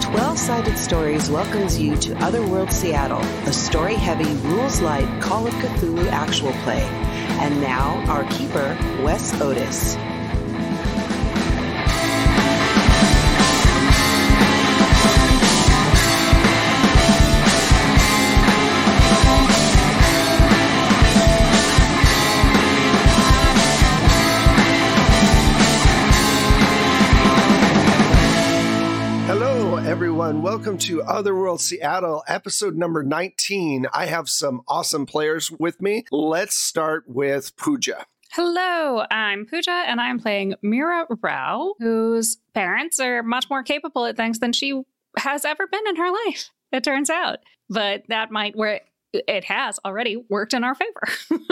Twelve Sided Stories welcomes you to Otherworld Seattle, a story heavy, rules light Call of Cthulhu actual play. And now, our keeper, Wes Otis. Hello, everyone. Welcome to Otherworld Seattle, episode number 19. I have some awesome players with me. Let's start with Pooja. Hello, I'm Pooja, and I'm playing Mira Rao, whose parents are much more capable at things than she has ever been in her life, it turns out. But that might where it has already worked in our favor.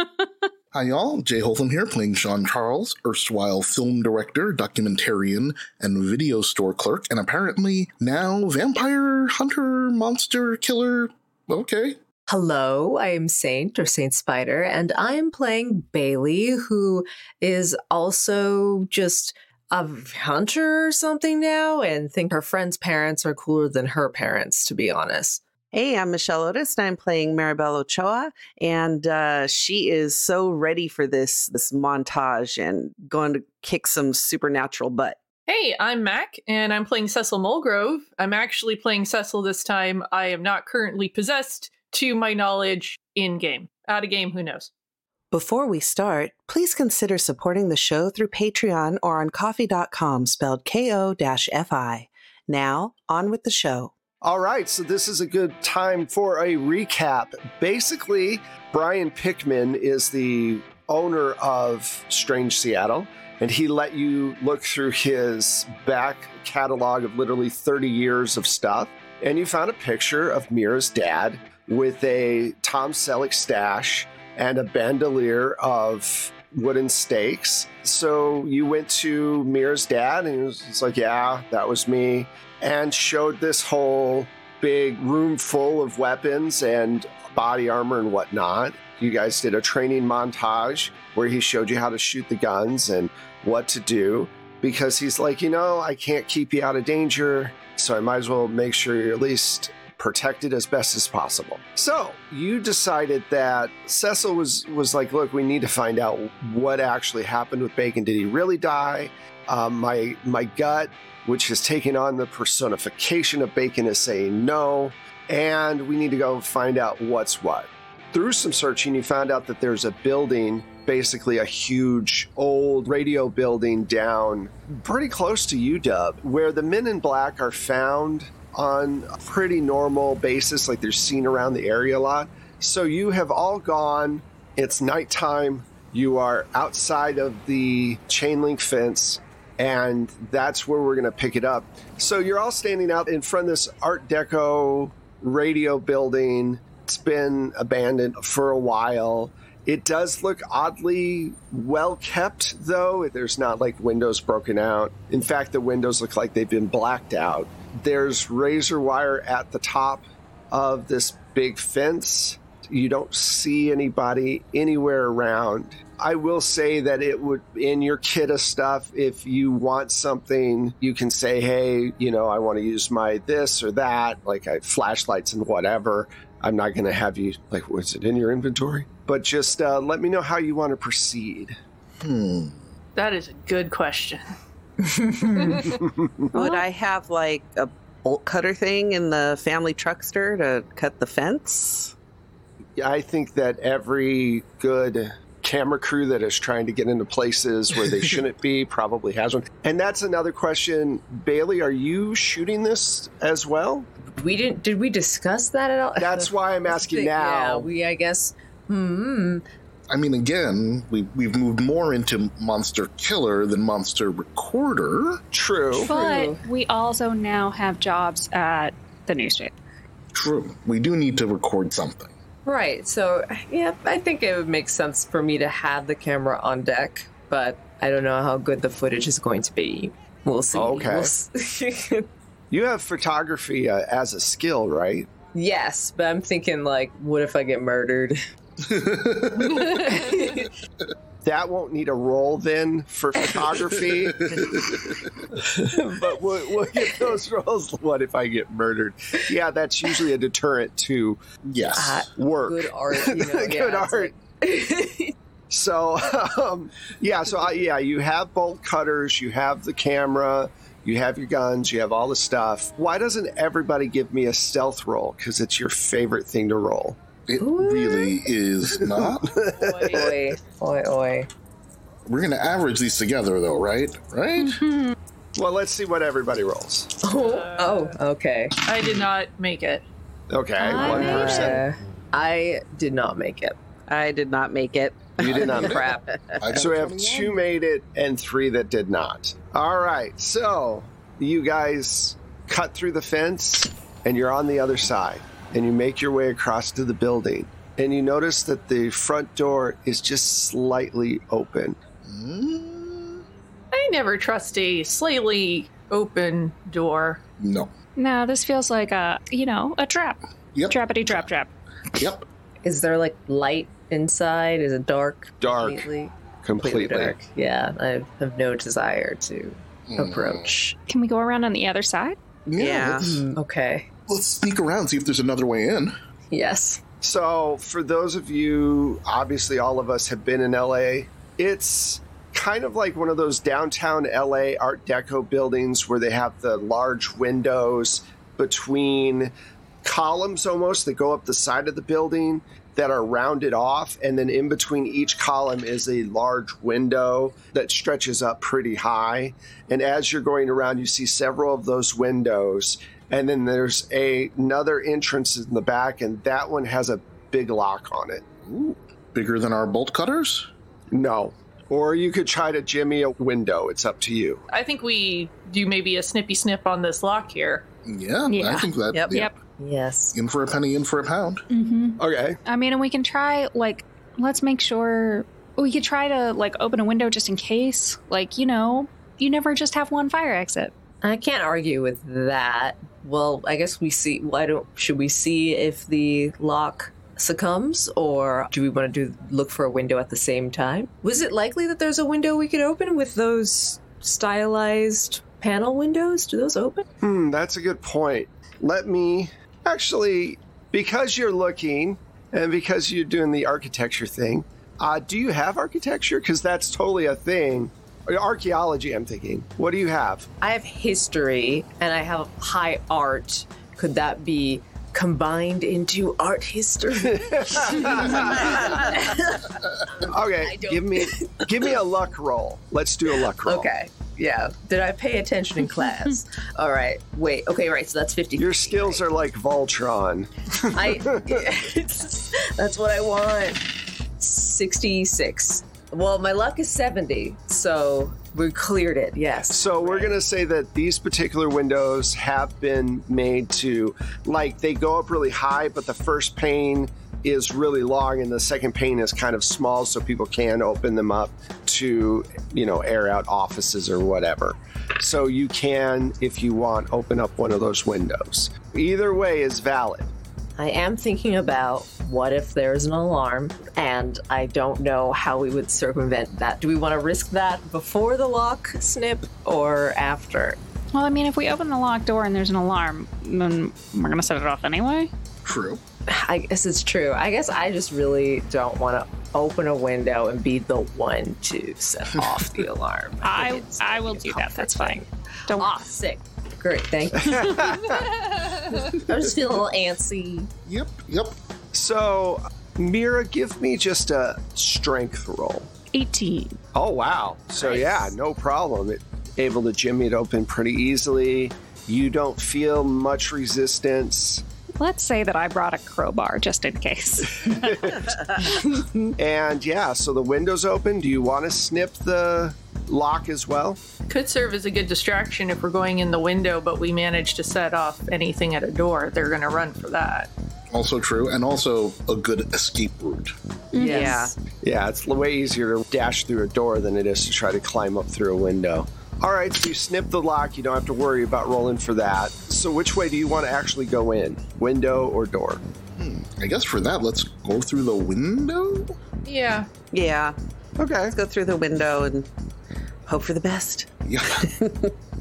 Hi, y'all. Jay Holtham here, playing Sean Charles, erstwhile film director, documentarian, and video store clerk, and apparently now vampire hunter, monster killer. Okay. Hello, I am Saint or Saint Spider, and I am playing Bailey, who is also just a hunter or something now, and think her friend's parents are cooler than her parents, to be honest. Hey, I'm Michelle Otis, and I'm playing Maribel Ochoa, and uh, she is so ready for this this montage and going to kick some supernatural butt. Hey, I'm Mac, and I'm playing Cecil Mulgrove. I'm actually playing Cecil this time. I am not currently possessed, to my knowledge, in game. Out of game, who knows? Before we start, please consider supporting the show through Patreon or on coffee.com spelled ko-fi. Now, on with the show. All right, so this is a good time for a recap. Basically, Brian Pickman is the owner of Strange Seattle, and he let you look through his back catalog of literally 30 years of stuff. And you found a picture of Mira's dad with a Tom Selleck stash and a bandolier of wooden stakes. So you went to Mira's dad, and he was he's like, Yeah, that was me and showed this whole big room full of weapons and body armor and whatnot. You guys did a training montage where he showed you how to shoot the guns and what to do because he's like, you know, I can't keep you out of danger, so I might as well make sure you're at least protected as best as possible. So you decided that Cecil was was like, look, we need to find out what actually happened with Bacon. Did he really die? Um, my my gut, which has taken on the personification of Bacon, is saying no, and we need to go find out what's what. Through some searching, you found out that there's a building, basically a huge old radio building down pretty close to UW, where the men in black are found on a pretty normal basis, like they're seen around the area a lot. So you have all gone. It's nighttime. You are outside of the chain link fence, and that's where we're going to pick it up. So you're all standing out in front of this Art Deco radio building. It's been abandoned for a while. It does look oddly well kept, though. There's not like windows broken out. In fact, the windows look like they've been blacked out. There's razor wire at the top of this big fence. You don't see anybody anywhere around. I will say that it would, in your kit of stuff, if you want something, you can say, hey, you know, I want to use my this or that, like I, flashlights and whatever. I'm not going to have you, like, was it in your inventory? But just uh, let me know how you want to proceed. Hmm. That is a good question. Would I have like a bolt cutter thing in the family truckster to cut the fence? I think that every good camera crew that is trying to get into places where they shouldn't be probably has one. And that's another question. Bailey, are you shooting this as well? We didn't. Did we discuss that at all? That's why I'm asking Yeah, now. we. I guess. Hmm. I mean, again, we, we've moved more into monster killer than monster recorder. True. but we also now have jobs at the newspaper. True. We do need to record something. Right. So, yeah, I think it would make sense for me to have the camera on deck, but I don't know how good the footage is going to be. We'll see. Okay. We'll s- You have photography uh, as a skill, right? yes, but I'm thinking, like, what if I get murdered? That won't need a roll then for photography, but we'll, we'll get those rolls. What if I get murdered? Yeah, that's usually a deterrent to yes. Uh, Ah, work. good art. You know, Good yeah, it's art. like- So, um, yeah, so I, yeah, you have bolt cutters, you have the camera, you have your guns, you have all the stuff. Why doesn't everybody give me a stealth roll? Because it's your favorite thing to roll. it What? really is not. Boy. oi, oi, oi. We're going to average these together, though, right? Right? Well, let's see what everybody rolls. Oh, okay. I did not make it. Okay, I one made person. Uh, I did not make it. I did not make it. You did not. Crap. I got So we have 21. two made it and three that did not. All right, so you guys cut through the fence and you're on the other side and you make your way across to the building and you notice that the front door is just slightly open. Mm, I never trust a slightly open door. No. No, this feels like a, you know, a trap. Yep. Trappity trap trap. Yep. Is there, like, light inside? Is it dark? Dark, Completely? completely. dark. Yeah, I have no desire to Mm. approach. Can we go around on the other side? Yeah. Yeah. Let's, Mm, okay. let's sneak around, see if there's another way in. Yes. So, for those of you, obviously, all of us have been in LA. It's kind of like one of those downtown LA Art Deco buildings where they have the large windows between columns almost that go up the side of the building that are rounded off. And then in between each column is a large window that stretches up pretty high. And as you're going around, you see several of those windows. And then there's a, another entrance in the back, and that one has a big lock on it. Ooh. Bigger than our bolt cutters? No. Or you could try to jimmy a window. It's up to you. I think we do maybe a snippy snip on this lock here. Yeah. I Yeah. think that. Yep. yeah. Yep. Yes. In for a penny, in for a pound. Mm-hmm. Okay. I mean, and we can try, like, let's make sure we could try to, like, open a window just in case. Like, you know, you never just have one fire exit. I can't argue with that. Well, I guess we see. Why don't should we see if the lock succumbs, or do we want to do look for a window at the same time? Was it likely that there's a window we could open with those stylized panel windows? Do those open? Hmm, that's a good point. Let me actually, because you're looking and because you're doing the architecture thing, uh, do you have architecture? Because that's totally a thing. Archaeology, I'm thinking. What do you have? I have history and I have high art. Could that be combined into art history? Okay, don't- give me give me a luck roll. Let's do a luck roll. okay. Yeah. Did I pay attention in class? All right. Wait. Okay. Right. So that's fifty. Your skills are like Voltron. I. that's what I want. Sixty-six. Well, my luck is seventy, so we cleared it. Yes. So we're going to say that these particular windows have been made to like they go up really high, but the first pane is really long and the second pane is kind of small so people can open them up to, you know, air out offices or whatever. So you can if you want open up one of those windows. Either way is valid. I am thinking about what if there's an alarm, and I don't know how we would circumvent that. Do we want to risk that before the lock snip or after? Well, I mean, if we open the locked door and there's an alarm, then we're gonna set it off anyway. True. I guess it's true. I guess I just really don't want to open a window and be the one to set off the alarm. I- think it's I will maybe a do that. That's comfort fine. thing. Don't. Ah, sick. Great, thank you. I'm just feeling a little antsy. Yep. Yep. So Mira, give me just a strength roll. 18. Oh wow! So Nice. yeah, no problem. It, able to jimmy it open pretty easily. You don't feel much resistance, Let's say that I brought a crowbar just in case. and yeah, so the window's open. Do you want to snip the lock as well? Could serve as a good distraction if we're going in the window, but we manage to set off anything at a door. They're going to run for that. Also true, and also a good escape route. Yes. Yeah, it's way easier to dash through a door than it is to try to climb up through a window. All right, so you snip the lock. You don't have to worry about rolling for that. So, which way do you want to actually go in? Window or door? I guess for that, let's go through the window. Yeah. Yeah. Okay. Let's go through the window and hope for the best. Yeah.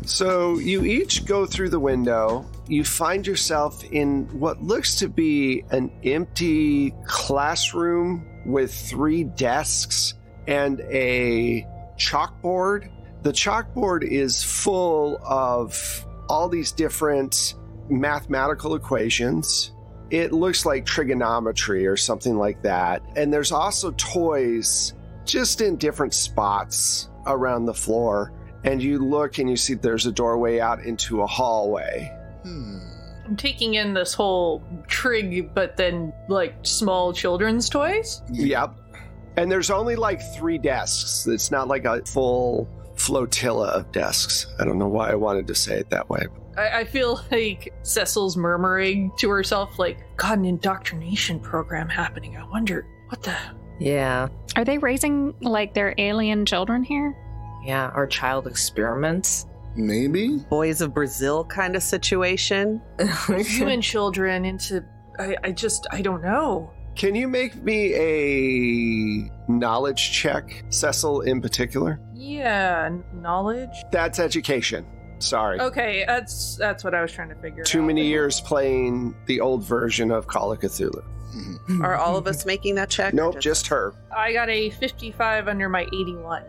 So, you each go through the window. You find yourself in what looks to be an empty classroom with three desks and a chalkboard. The chalkboard is full of all these different mathematical equations. It looks like trigonometry or something like that. And there's also toys just in different spots around the floor. And you look and you see there's a doorway out into a hallway. Hmm. I'm taking in this whole trig, but then like small children's toys. Yep. And there's only like three desks. It's not like a full flotilla of desks. I don't know why I wanted to say it that way. I, I feel like Cecil's murmuring to herself, like, "Got an indoctrination program happening. I wonder what the." Yeah. Are they raising like their alien children here? Yeah. Our child experiments. Maybe? Boys of Brazil kind of situation. Human children into. I, I just. I don't know. Can you make me a knowledge check, Cecil in particular? Yeah, n- knowledge. That's education. Sorry. Okay, that's that's what I was trying to figure out. Too many years playing the old version of Call of Cthulhu. Hmm. Are all of us making that check? Nope, just her. I got a 55 under my 81.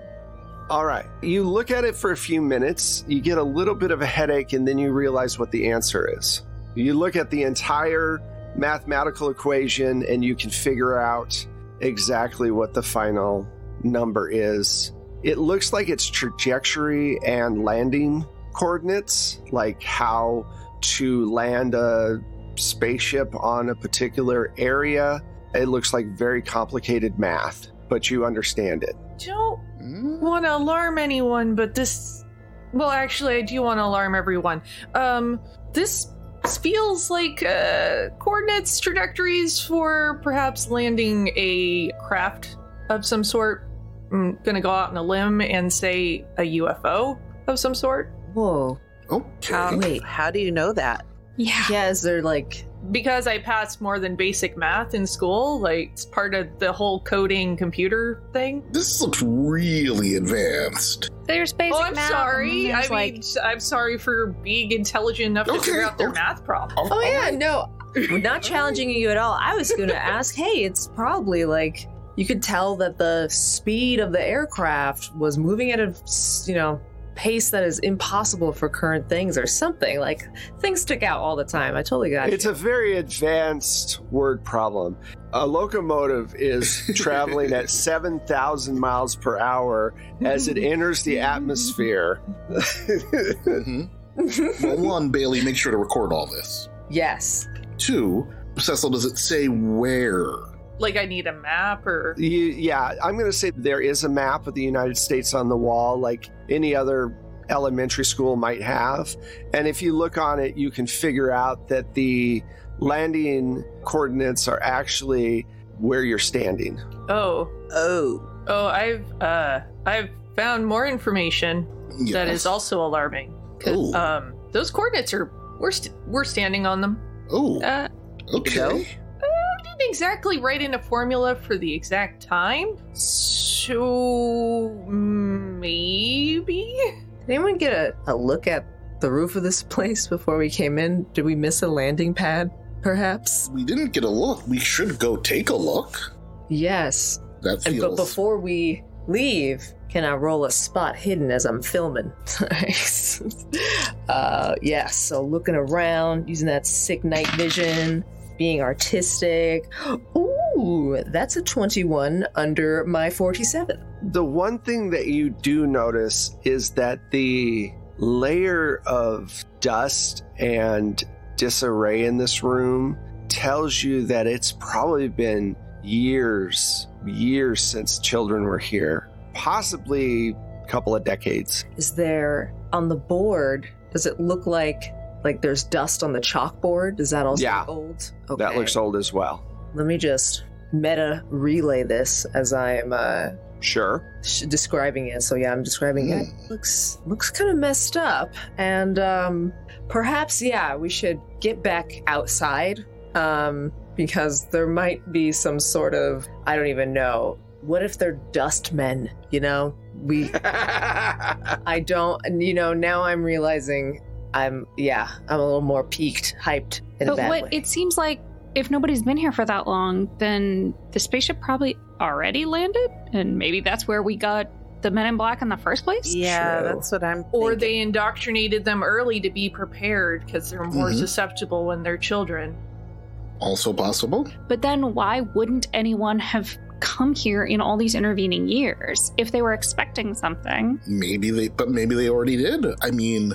All right. You look at it for a few minutes, you get a little bit of a headache, and then you realize what the answer is. You look at the entire mathematical equation and you can figure out exactly what the final number is. It looks like it's trajectory and landing coordinates, like how to land a spaceship on a particular area. It looks like very complicated math, but you understand it. Don't Hmm? want to alarm anyone, but this. Well, actually, I do want to alarm everyone. Um, this feels like uh, coordinates, trajectories for perhaps landing a craft of some sort. I'm gonna go out on a limb and say a UFO of some sort Whoa. Okay. How, Wait. Um, how do you know that? Yeah. Yeah. Is there like? because I passed more than basic math in school. Like it's part of the whole coding computer thing. This looks really advanced. There's basic oh, I'm math, and sorry. then I there's, mean, I'm sorry for being intelligent enough Okay, to figure out their okay. math problem. All- all Oh yeah. right. No. Not challenging you at all. I was going to ask. Hey, it's probably like you could tell that the speed of the aircraft was moving at a you know pace that is impossible for current things or something. Like things stick out all the time. I totally got It's you. a very advanced word problem. A locomotive is traveling at 7,000 miles per hour as it enters the atmosphere. Mhm. well, one, Bailey, make sure to record all this. yes. Two, Cecil, does it say where? Like I need a map or you, yeah, I'm going to say there is a map of the United States on the wall, like any other elementary school might have. And if you look on it, you can figure out that the landing coordinates are actually where you're standing. oh Oh, oh I've uh I've found more information Yes. that is also alarming. 'Cause, Ooh. Um, those coordinates are we're st- we're standing on them. Oh, Uh, okay. I didn't exactly write in a formula for the exact time, so maybe. Did anyone get a, a look at the roof of this place before we came in? Did we miss a landing pad, perhaps? We didn't get a look. We should go take a look. Yes. That And feels. but before we leave, can I roll a spot hidden as I'm filming? uh, yes. So looking around, using that sick night vision, being artistic. Ooh, that's a 21 under my 47. The one thing that you do notice is that the layer of dust and disarray in this room tells you that it's probably been years, years since children were here, possibly a couple of decades. Is there on the board? Does it look like Like there's dust on the chalkboard. Does that also Yeah. look old? Okay. That looks old as well. Let me just meta relay this as I'm uh, Sure. sh- describing it. So yeah, I'm describing it. Looks looks kind of messed up, and um, perhaps yeah, we should get back outside um, because there might be some sort of I don't even know. What if they're dust men? You know, we I don't. and, You know, now I'm realizing I'm yeah, I'm a little more peaked, hyped in a But bad what way. it seems like if nobody's been here for that long, then the spaceship probably already landed, and maybe that's where we got the men in black in the first place. Yeah, True. that's what I'm. Or thinking. they indoctrinated them early to be prepared because they're more Mhm. susceptible when they're children. Also possible. But then why wouldn't anyone have come here in all these intervening years if they were expecting something? Maybe they, but maybe they already did. I mean,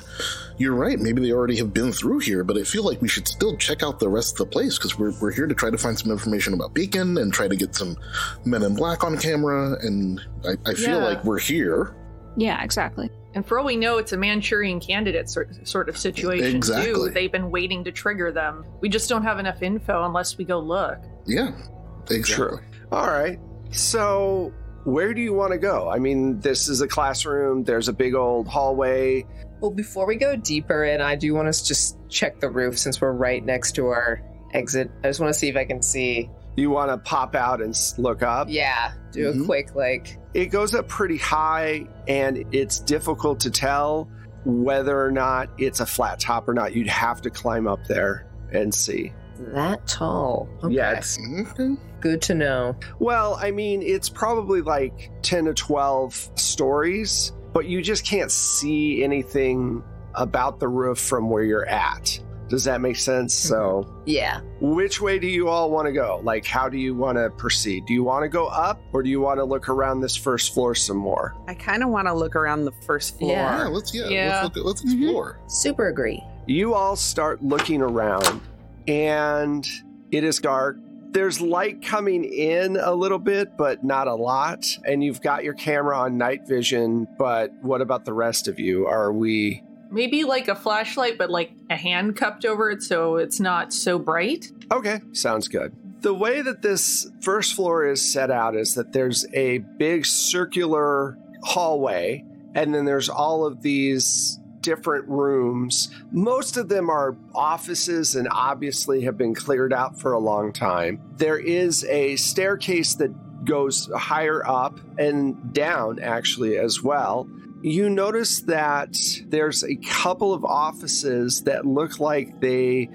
you're right. Maybe they already have been through here, but I feel like we should still check out the rest of the place because we're, we're here to try to find some information about Beacon and try to get some men in black on camera. And I, I feel Yeah. like we're here. Yeah, exactly. And for all we know, it's a Manchurian candidate sort, sort of situation, Exactly. too. They've been waiting to trigger them. We just don't have enough info unless we go look. Yeah, exactly. True. All right. So, where do you want to go? I mean, this is a classroom. There's a big old hallway. Well, before we go deeper in, I do want to just check the roof since we're right next to our exit. I just want to see if I can see. You want to pop out and s- look up. Yeah, do a Mm-hmm. Mhm. quick like. It goes up pretty high, and it's difficult to tell whether or not it's a flat top or not. You'd have to climb up there and see. That tall. Okay. Yeah, it's Okay. good to know. Well, I mean, it's probably like 10 to 12 stories, but you just can't see anything about the roof from where you're at. Does that make sense? So, Yeah. which way do you all want to go? Like, how do you want to proceed? Do you want to go up or do you want to look around this first floor some more? I kind of want to look around the first floor. Yeah. Yeah, let's yeah, Yeah. Mm-hmm. Let's, look at, let's Mhm. explore. Super agree. You all start looking around and it is dark. There's light coming in a little bit, but not a lot. And you've got your camera on night vision, but what about the rest of you? Are we. Maybe like a flashlight, but like a hand cupped over it so it's not so bright. Okay, sounds good. The way that this first floor is set out is that there's a big circular hallway, and then there's all of these different rooms. Most of them are offices and obviously have been cleared out for a long time. There is a staircase that goes higher up and down, actually, as well. You notice that there's a couple of offices that look like they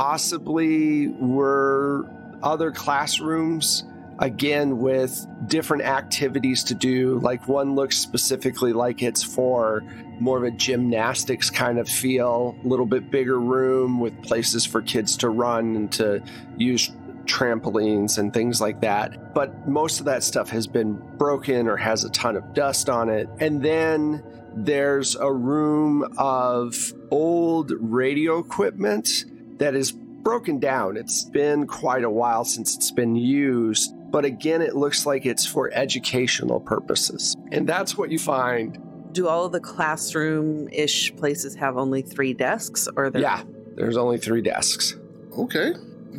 possibly were other classrooms again with different activities to do like one looks specifically like it's for more of a gymnastics kind of feel a little bit bigger room with places for kids to run and to use trampolines and things like that but most of that stuff has been broken or has a ton of dust on it and then there's a room of old radio equipment that is broken down. It's been quite a while since it's been used, but again, it looks like it's for educational purposes. And that's what you find. Do all of the classroom-ish places have only three desks, or there? Yeah, there's only three desks. Okay.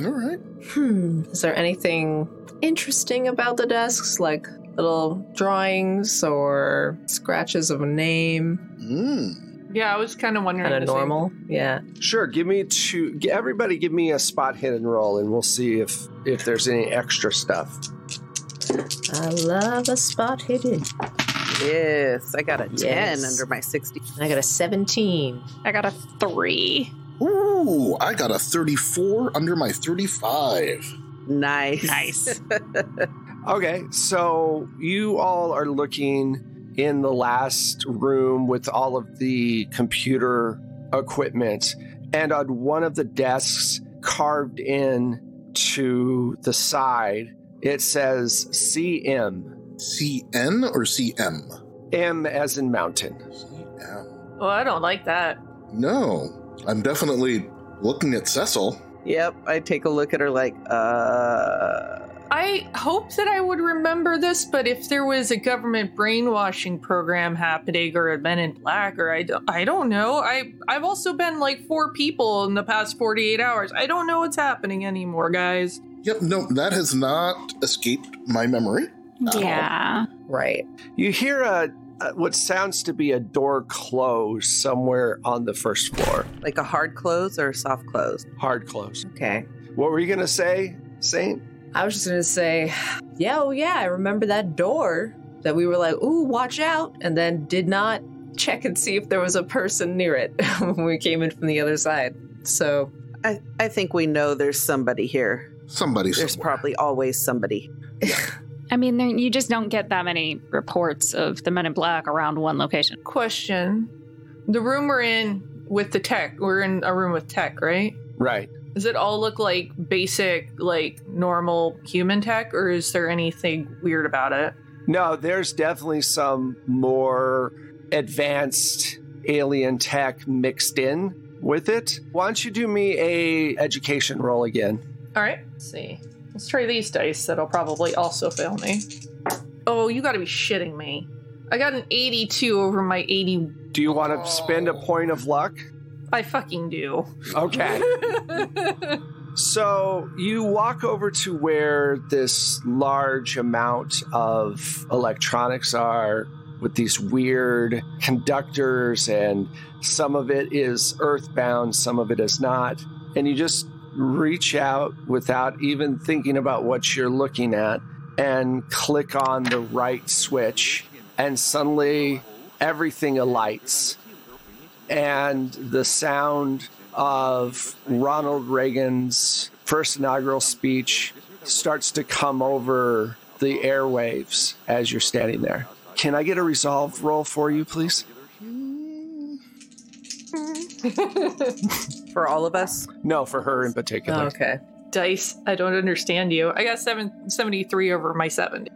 All right. Hmm. Is there anything interesting about the desks, like little drawings or scratches of a name Mm. Yeah, I was kind of wondering. and a the same. normal? Yeah. Sure, give me two. g- Everybody, give me a spot hit and roll, and we'll see if if there's any extra stuff. I love a spot hidden. Yes, I got a ten Yes. under my sixty. I got a 17. I got a three. Ooh, I got a 34 under my 35. Nice. Nice. Okay, so you all are looking in the last room with all of the computer equipment, and on one of the desks carved in to the side, it says CM, CN or CM? M as in mountain. CM. Well, Oh, I don't like that. No, I'm definitely looking at Cecil. Yep. I take a look at her like, uh, I hope that I would remember this, but if there was a government brainwashing program happening or a Men in Black or I don't, I don't know. I I've also been like four people in the past 48 hours. I don't know what's happening anymore, guys. Yep, no, that has not escaped my memory. Oh. Yeah. Right. You hear a, a what sounds to be a door close somewhere on the first floor. Like a hard close or a soft close? Hard close. Okay. What were you gonna say, Saint? I was just gonna say, yeah, oh yeah, I remember that door that we were like, ooh, watch out, and then did not check and see if there was a person near it when we came in from the other side. So I, I think we know there's somebody here. Somebody There's somewhere. probably always somebody. I mean, there, you just don't get that many reports of the Men in Black around one location. Question: The room we're in with the tech, we're in a room with tech, right? Right. Does it all look like basic, like normal human tech, or is there anything weird about it? No, there's definitely some more advanced alien tech mixed in with it. Why don't you do me a education roll again? All right, let's see. Let's try these dice. That'll probably also fail me. Oh, you gotta be shitting me. I got an 82 over my 80. Do you want to spend a point of luck? I fucking do. Okay. So you walk over to where this large amount of electronics are with these weird conductors, and some of it is earthbound, some of it is not. And you just reach out without even thinking about what you're looking at and click on the right switch, and suddenly everything alights. And the sound of Ronald Reagan's first inaugural speech starts to come over the airwaves as you're standing there. Can I get a resolve roll for you, please? For all of us? No, for her in oh, particular. okay. Dice, I don't understand you. I got seven, 73 over my 70.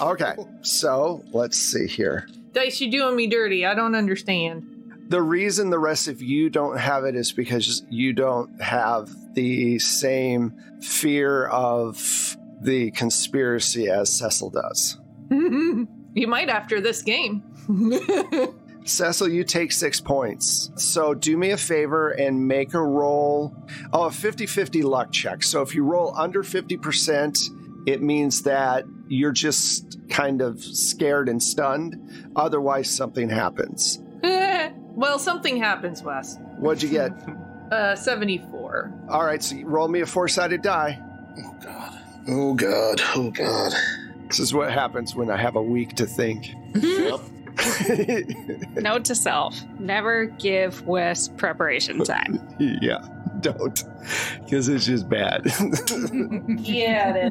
Okay, so let's see here. Dice, you're doing me dirty. I don't understand. The reason the rest of you don't have it is because you don't have the same fear of the conspiracy as Cecil does. you might after this game. Cecil, you take six points. So do me a favor and make a roll. Oh, a 50 50 luck check. So if you roll under 50%, it means that you're just kind of scared and stunned. Otherwise, something happens. well, something happens, Wes. What'd you get? Uh, 74. All right, so you roll me a four sided die. Oh, God. Oh, God. Oh, God. This is what happens when I have a week to think. Yep. Note to self never give Wes preparation time. yeah, don't, because it's just bad. Yeah.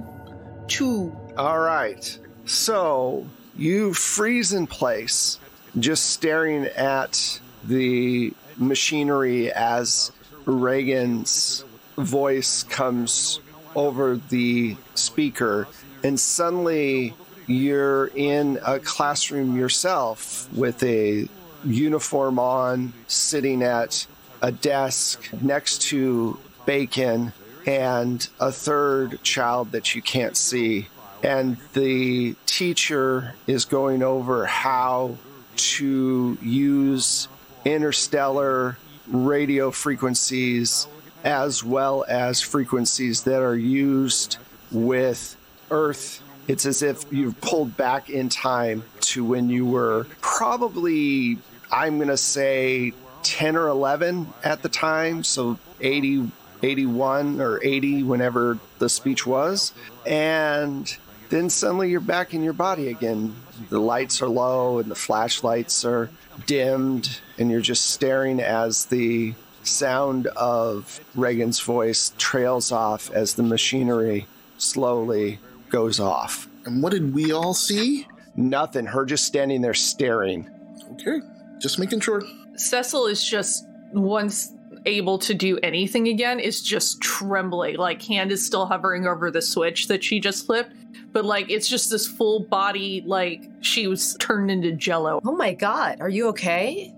Two. All right. So you freeze in place, just staring at the machinery as Reagan's voice comes over the speaker, and suddenly you're in a classroom yourself with a uniform on, sitting at a desk next to Bacon and a third child that you can't see and the teacher is going over how to use interstellar radio frequencies as well as frequencies that are used with Earth. It's as if you've pulled back in time to when you were probably, I'm going to say, 10 or 11 at the time. So 80, 81 or 80, whenever the speech was. And then suddenly you're back in your body again. The lights are low and the flashlights are dimmed, and you're just staring as the sound of Reagan's voice trails off as the machinery slowly goes off. And what did we all see? Nothing, her just standing there staring. Okay. Just making sure. Cecil is just once able to do anything again is just trembling. Like hand is still hovering over the switch that she just flipped, but like it's just this full body like she was turned into jello. Oh my god, are you okay?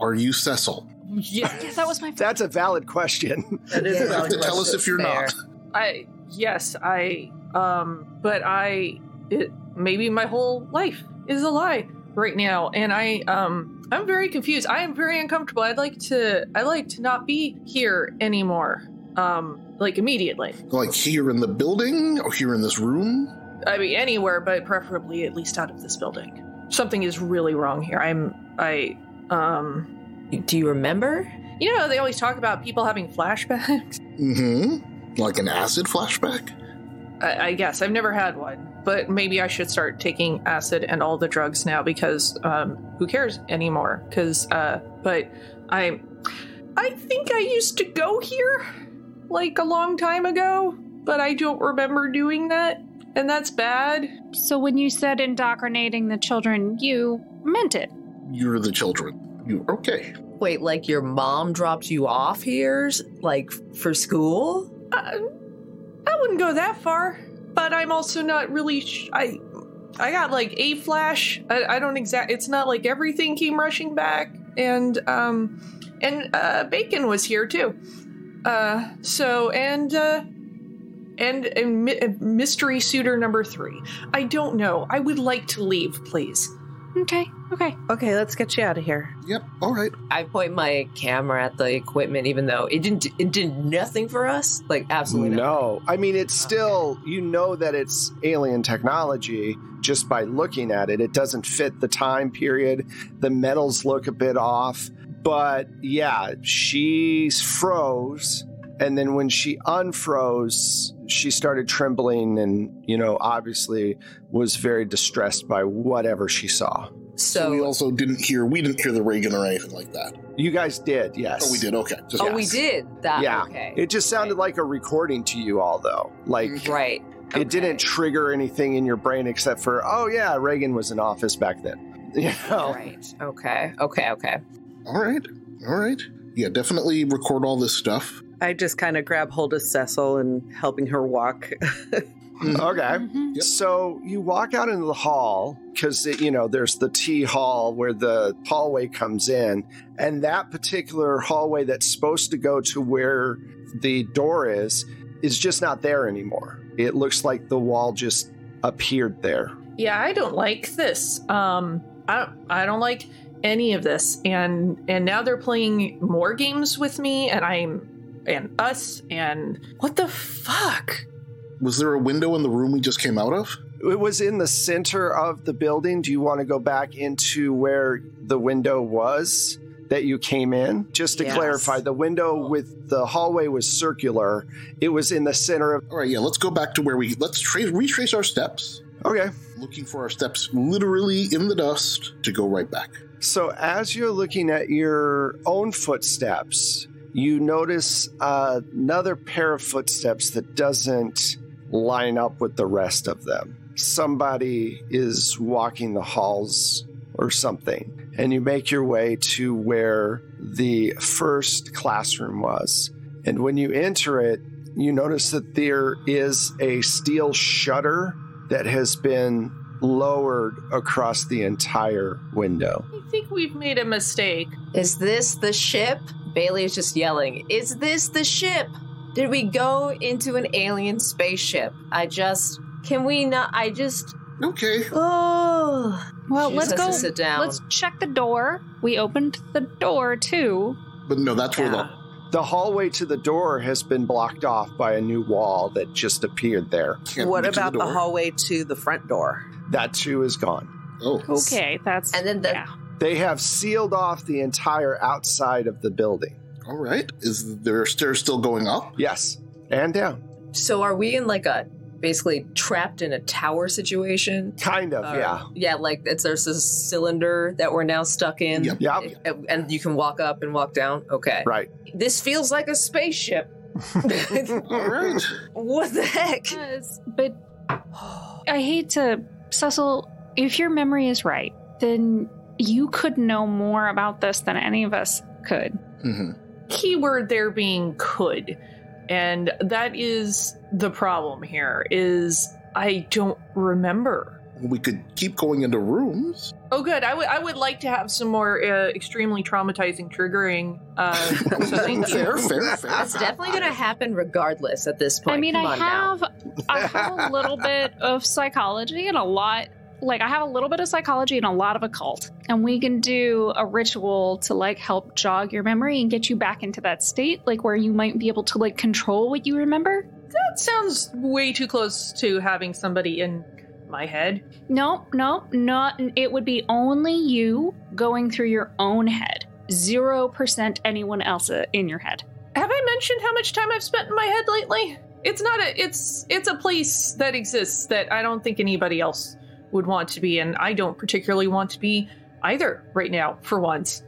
Are you Cecil? yeah, that was my That's a valid question. That You have to tell us if you're not. I yes, I Um, but I, it, maybe my whole life is a lie right now, and I, um, I'm very confused. I am very uncomfortable. I'd like to, I like to not be here anymore. Um, like immediately. Like here in the building or here in this room? I mean, anywhere, but preferably at least out of this building. Something is really wrong here. I'm, I, um, Do you remember? you know, they always talk about people having flashbacks. Mm hmm. Like an acid flashback? I, I guess I've never had one, but maybe I should start taking acid and all the drugs now because um, who cares anymore? Because, uh, but I, I think I used to go here like a long time ago, but I don't remember doing that, and that's bad. So when you said indoctrinating the children, you meant it. You're the children. You okay? Wait, like your mom dropped you off here, like for school? I, I wouldn't go that far, but I'm also not really. Sh- I I got like a flash. I, I don't exact. It's not like everything came rushing back, and um, and uh, Bacon was here too. Uh, so and uh, and, and mi- uh, mystery suitor number three. I don't know. I would like to leave, please. Okay, okay. Okay, let's get you out of here. Yep. All right. I point my camera at the equipment, even though it didn't. It did nothing for us. Like absolutely nothing. No, I mean it's still you know that it's alien technology just by looking at it. It doesn't fit the time period. The metals look a bit off, but yeah, she froze, and then when she unfroze, she started trembling, and you know obviously was very distressed by whatever she saw. So we So, also didn't hear. We didn't hear the Reagan or anything like that. You guys did, yes. Oh, we did. Okay. Just, oh, we did that. Yeah. Okay. It just sounded like a recording to you all, though. Like right. Okay. it didn't trigger anything in your brain except for, oh yeah, Reagan was in office back then. You know? Right. Okay. Okay. Okay. All right. All right. Yeah, definitely record all this stuff. I just kind of grab hold of Cecil and helping her walk. Okay. Mhm. Yep. So you walk out into the hall because, you know, there's the T hall where the hallway comes in. And that particular hallway that's supposed to go to where the door is, is just not there anymore. It looks like the wall just appeared there. yeah i don't like this um i i don't like any of this and and now they're playing more games with me and i'm and us and what the fuck Was there a window in the room we just came out of? It was in the center of the building. Do you want to go back into where the window was that you came in? Just to Yes. clarify, the window with the hallway was circular. It was in the center of. All right. Yeah, let's go back to where we. Let's trace, retrace our steps, Okay. looking for our steps literally in the dust to go right back. So as you're looking at your own footsteps, you notice uh, another pair of footsteps that doesn't line up with the rest of them. Somebody is walking the halls or something, and you make your way to where the first classroom was. And when you enter it, you notice that there is a steel shutter that has been lowered across the entire window. i think we've made a mistake Is this the ship? Bailey is just yelling, Is this the ship? Did we go into an alien spaceship? I just. Can we not? I just. Okay. Oh. Well, She let's says go. to sit down. Let's check the door. We opened the door too. But no, that's where the. The hallway to the door has been blocked off by a new wall that just appeared there. can't what get to about the, door. hallway to the front door? That too is gone. Oh. Okay, that's And then the- yeah. They have sealed off the entire outside of the building. All right. Is there stairs still going up? Yes, and down. So are we in like a. Basically trapped in a tower situation? Kind of, Uh, yeah. Yeah, like it's, there's this cylinder that we're now stuck in. Yep. Yeah, And- And you can walk up and walk down. Okay. right. This feels like a spaceship. All right. what the heck? Yes, but I hate to Cecil. If your memory is right, then you could know more about this than any of us could. hmm keyword there being could and that is the problem here is i don't remember We could keep going into rooms. Oh, good. I would I would like to have some more uh, extremely traumatizing, triggering. Uh, so thank you. fair, fair, fair. It's definitely going to happen regardless at this point. I mean, Come I on now. have I have a little bit of psychology and a lot like I have a little bit of psychology and a lot of occult. And we can do a ritual to like help jog your memory and get you back into that state like where you might be able to like control what you remember. That sounds way too close to having somebody in my head. No, no, not it would be only you going through your own head. 0% anyone else uh, in your head. Have I mentioned how much time I've spent in my head lately? It's not a it's it's a place that exists that I don't think anybody else would want to be in. I don't particularly want to be either right now for once.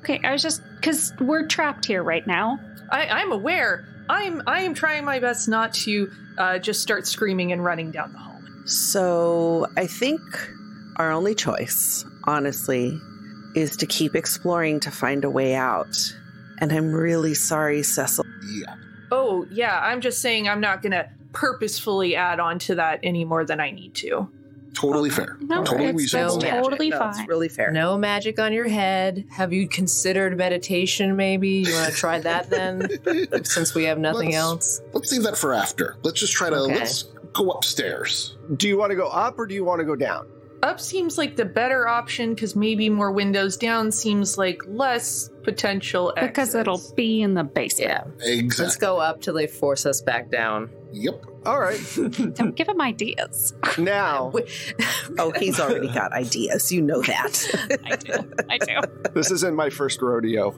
Okay, I was just cuz we're trapped here right now. I, I'm aware. I'm I am trying my best not to uh, just start screaming and running down the hall. So I think our only choice, honestly, is to keep exploring to find a way out. And I'm really sorry, Cecil. Yeah. Oh yeah, I'm just saying I'm not gonna purposefully add on to that any more than I need to. Totally fair. No, totally it's- reasonable. that's- Totally no, fine. It's really fair. No magic on your head. Have you considered meditation? Maybe you want to try that then, since we have nothing Let's- else. Let's save that for after. Let's just try to Okay. let's go upstairs. Do you want to go up or do you want to go down? Up seems like the better option because maybe more windows down seems like less potential. Because exits. it'll be in the basement. Yeah, let's Exactly. go up till they force us back down. Yep. All right. Don't give him ideas. Now, Oh, he's already got ideas. You know that. I do. I do. this isn't my first rodeo.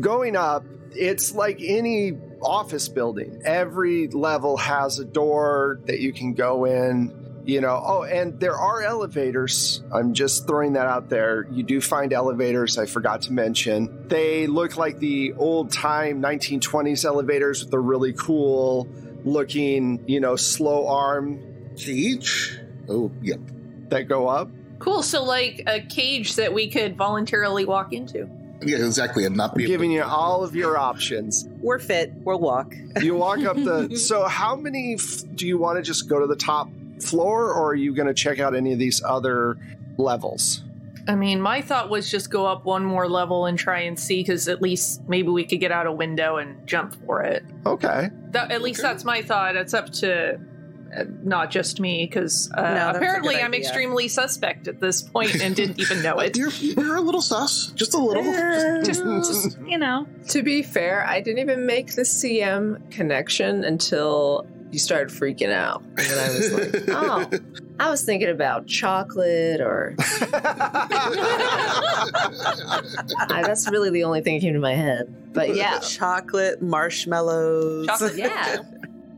Going up, it's like any office building. Every level has a door that you can go in. You know, oh, and there are elevators. I'm just throwing that out there. You do find elevators, I forgot to mention. They look like the old time 1920s elevators with the really cool looking, you know, slow arm Cage. Oh, yep. that go up. cool. So like a cage that we could voluntarily walk into. Yeah, exactly. And not be giving you all of your options. We're fit. We'll walk. You walk up the. So, how many f- do you want to just go to the top floor, or are you going to check out any of these other levels? I mean, my thought was just go up one more level and try and see because at least maybe we could get out a window and jump for it. Okay. That, at least Okay. that's my thought. It's up to uh, not just me because uh, No, that's a good apparently I'm idea. extremely suspect at this point and didn't even know it. You're, you're a little sus, just a little. Just, just, you know. To be fair, I didn't even make the CM connection until you started freaking out, and then I was like, "Oh, I was thinking about chocolate, or "Oh." I, that's really the only thing that came to my head." But yeah, Chocolate, marshmallows. Chocolate. yeah,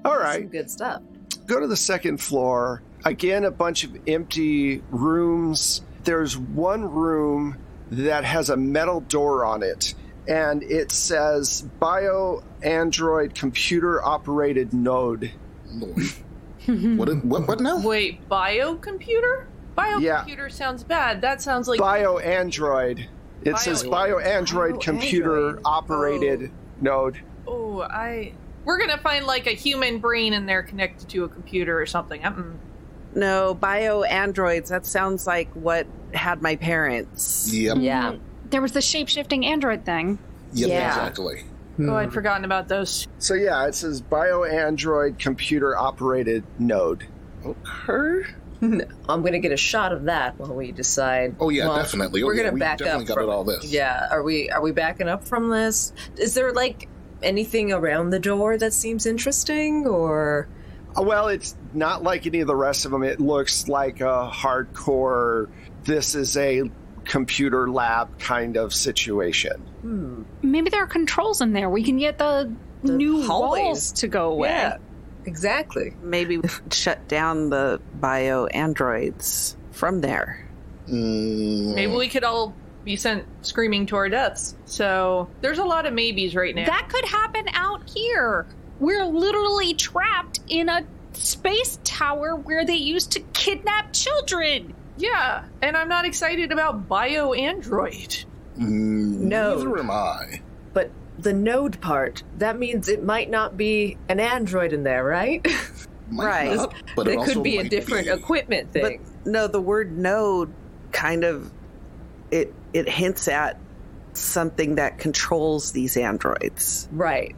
all right. some good stuff. go to the second floor. Again, a bunch of empty rooms. There's one room that has a metal door on it, and it says Bio Android Computer Operated Node. what, what? What now? Wait, biocomputer? Yeah. Biocomputer sounds bad. That sounds like Bio Android. It says Bio Android Oh. Computer Bioandroid. Operated Node. oh, I. We're gonna find like a human brain in there connected to a computer or something. Mm-mm. No, bio androids. That sounds like what had my parents. Yep. Yeah. There was the shape shifting android thing. Yep. Yeah. Exactly. Hmm. Oh, I'd forgotten about those. So yeah, it says Bio Android Computer Operated Node. Her? I'm gonna get a shot of that while we decide. Oh yeah, Well, definitely. Oh, We're yeah, gonna we back definitely up. got from, it all this. Yeah. Are we are we backing up from this? Is there like anything around the door that seems interesting or Uh, Well, it's not like any of the rest of them. It looks like a hardcore, this is a computer lab kind of situation. hmm. Maybe there are controls in there. We can get the, The new hallways. walls to go away. Yeah. Exactly. Maybe we shut down the bio androids from there. Mm, Maybe we could all be sent screaming to our deaths. So there's a lot of maybes right now. That could happen out here. We're literally trapped in a space tower where they used to kidnap children. yeah, and I'm not excited about bio android. mm, No. Neither am I. But the node part, that means it might not be an android in there, right? might Right. not, but it, it also could be a might different be. equipment But thing. no, the word node kind of it it hints at something that controls these androids, right.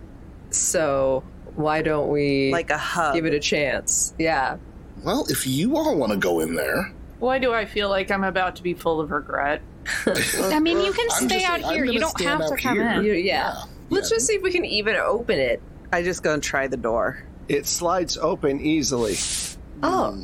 So why don't we like a hub. give it a chance? Yeah. Well, if you all want to go in there, Why do I feel like I'm about to be full of regret? I mean, you can I'm stay just out saying, I'm here. You gonna don't stand have to out come here. in. You- yeah. Let's just see if we can even open it. I just go and try the door. It slides open easily. Oh,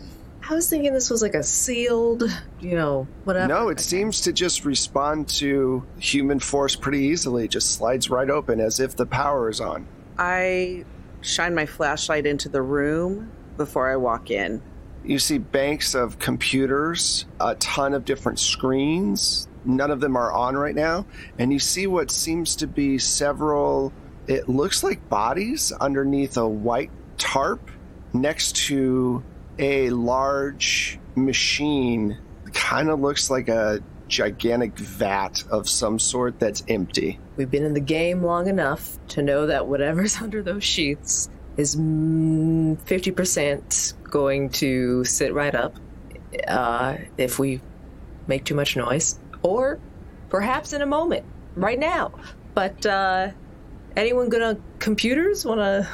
I was thinking this was like a sealed, you know, whatever. No, it seems to just respond to human force pretty easily. It Just slides right open as if the power is on. I shine my flashlight into the room before I walk in. You see banks of computers, a ton of different screens. None of them are on right now. And you see what seems to be several, it looks like bodies underneath a white tarp next to a large machine. Kind of looks like a gigantic vat of some sort that's empty. We've been in the game long enough to know that whatever's under those sheets is mm, 50% going to sit right up uh, if we make too much noise, or perhaps in a moment, right now. But uh, anyone good on computers want to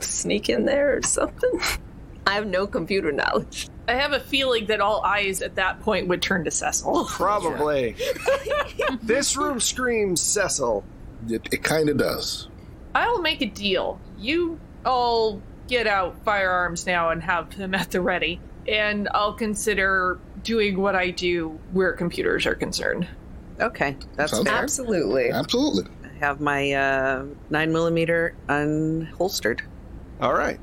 sneak in there or something? I have no computer knowledge. I have a feeling that all eyes at that point would turn to Cecil. Probably. this room screams Cecil. it, it kind of does. I'll make a deal. You all get out firearms now and have them at the ready, and I'll consider doing what I do where computers are concerned. Okay, that's Sounds fair. Absolutely. Absolutely. I have my uh, nine millimeter unholstered. All right.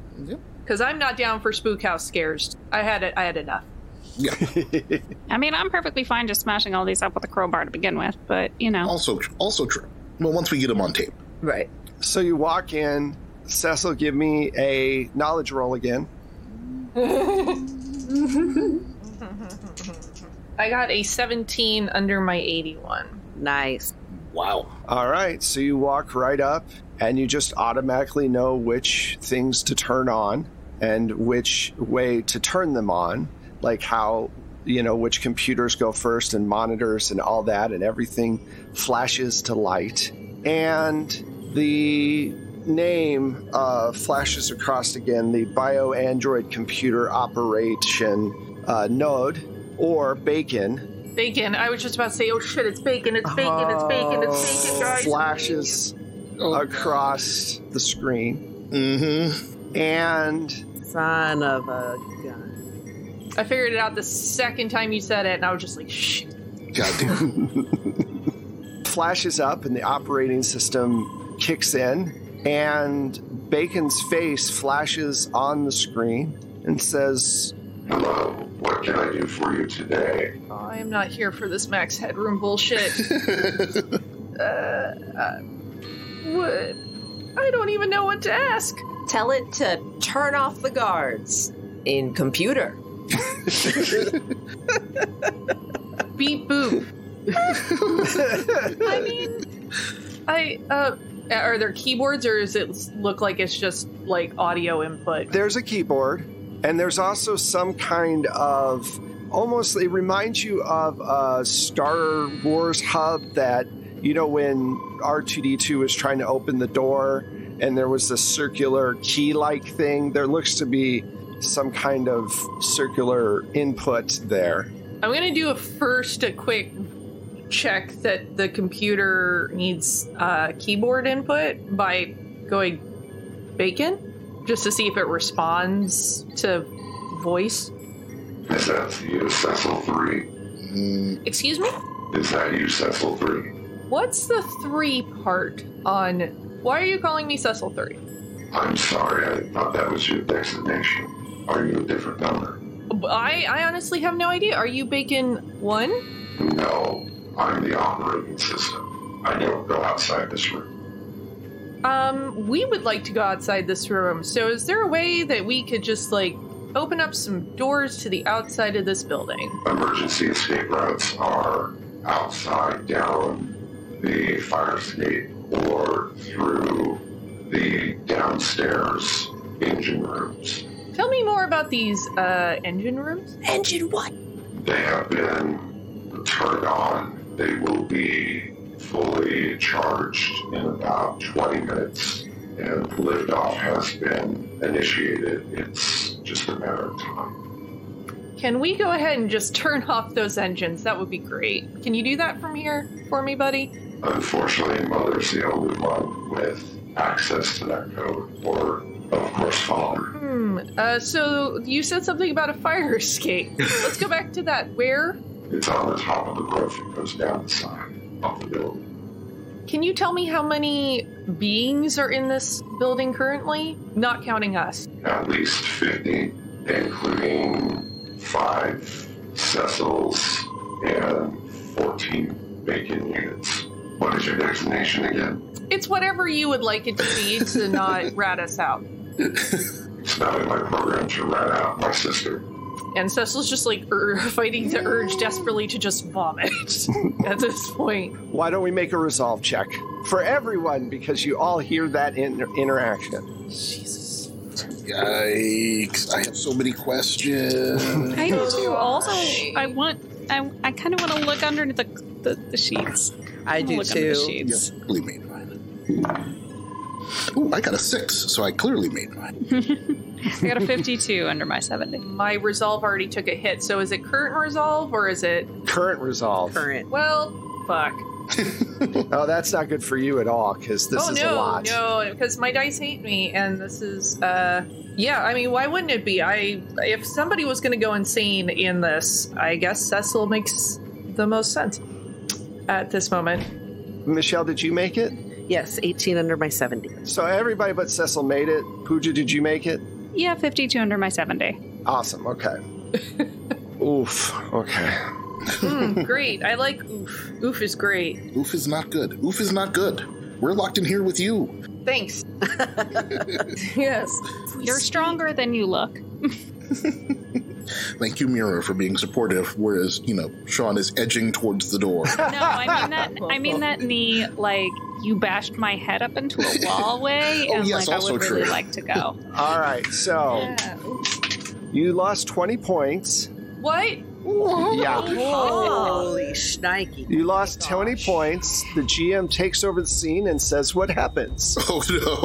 Because I'm not down for spook house scares. I had it. I had enough. I mean, I'm perfectly fine just smashing all these up with a crowbar to begin with, but you know. Also, also true. Well, once we get them on tape. Right. So you walk in. Cecil, give me a knowledge roll again. I got a 17 under my 81. Nice. Wow. All right. So you walk right up and you just automatically know which things to turn on and which way to turn them on, like how, you know, which computers go first and monitors and all that, and everything flashes to light. And the name uh, flashes across again the Bio Android Computer Operation uh, Node or Bacon. Bacon. I was just about to say, oh shit, it's bacon, it's bacon, it's bacon, it's bacon, guys. Oh, flashes across the screen Mm-hmm. and Son of a gun. I figured it out the second time you said it, and I was just like, shh. Goddamn. flashes up and the operating system kicks in and bacon's face flashes on the screen and says Hello, what can I do for you today? Oh, I am not here for this max headroom bullshit. uh, uh, what? I don't even know what to ask. Tell it to turn off the guards in computer. Beep boop. I mean, I, uh, are there keyboards or does it look like it's just like audio input? there's a keyboard and there's also some kind of almost it reminds you of a star wars hub that you know when r2d2 was trying to open the door and there was this circular key like thing there looks to be some kind of circular input there I'm gonna do a first a quick check that the computer needs uh, keyboard input by going bacon just to see if it responds to voice. Is that you, Cecil 3? Mm, Excuse me. Is that you, Cecil 3? What's the three part on? Why are you calling me Cecil Three? I'm sorry, I thought that was your designation. Are you a different number? I I honestly have no idea. Are you Bacon One? No, I'm the operating system. I don't go outside this room. Um, we would like to go outside this room. So is there a way that we could just like open up some doors to the outside of this building? Emergency escape routes are outside down the fire escape or through the downstairs engine rooms. Tell me more about these uh, engine rooms. Engine what? They have been turned on. They will be fully charged in about 20 minutes, and liftoff has been initiated. It's just a matter of time. Can we go ahead and just turn off those engines? That would be great. Can you do that from here for me, buddy? Unfortunately, Mother's the only one with access to that code, or, of course, Father. Hmm. Uh, so you said something about a fire escape. Let's go back to that. Where? It's on the top of the roof. It goes down the side of the building. Can you tell me how many beings are in this building currently? Not counting us. At least 50, including five Cecils and 14 bacon units. What is your designation again? It's whatever you would like it to be to not rat us out. It's not in my program to rat out my sister. And Cecil's just like er, fighting the urge desperately to just vomit at this point. Why don't we make a resolve check for everyone because you all hear that in- interaction? Jesus. Yikes. I have so many questions. I do too. Also, Right. I want. I, I kind of want to look under the, the, the sheets. I wanna do look under the too. sheets. Yep, clearly made mine. Ooh, I got a six, so I clearly made mine. I got a 52 under my 70. My resolve already took a hit, so is it current resolve or is it. Current resolve. Current. Well, fuck. Oh, that's not good for you at all because this oh is no, a lot. no, because my dice hate me, and this is, uh, yeah. I mean, why wouldn't it be? I if somebody was going to go insane in this, I guess Cecil makes the most sense at this moment. Michelle, did you make it? Yes, 18 under my 70. So everybody but Cecil made it. Pooja, did you make it? Yeah, 52 under my 70. Awesome. Okay. Oof. Okay. Hmm, great. I like oof. Oof is great. Oof is not good. Oof is not good. We're locked in here with you. Thanks. yes. You're stronger than you look. Thank you, Mira, for being supportive, whereas, you know, Sean is edging towards the door. No, I mean that. I mean that in the like you bashed my head up into a wall way, Oh, and yes, like I also would really true. like to go. All right. So you lost 20 points. What? Yeah. Holy shnikey. You lost 20 gosh. points. The GM takes over the scene and says what happens. Oh, no.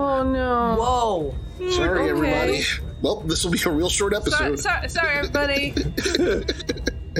Oh no. Whoa. Hmm, Sorry, okay. everybody. Well, this will be a real short So, episode. so, sorry, everybody.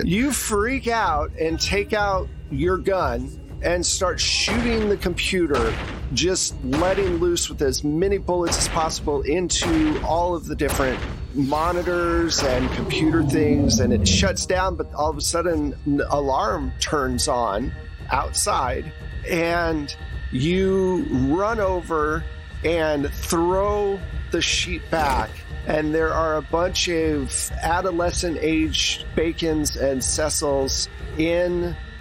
You freak out and take out your gun and start shooting the computer, just letting loose with as many bullets as possible into all of the different monitors and computer things. And it shuts down, but all of a sudden, an alarm turns on outside, and you run over and throw the sheet back. And there are a bunch of adolescent aged Bacons and Cecils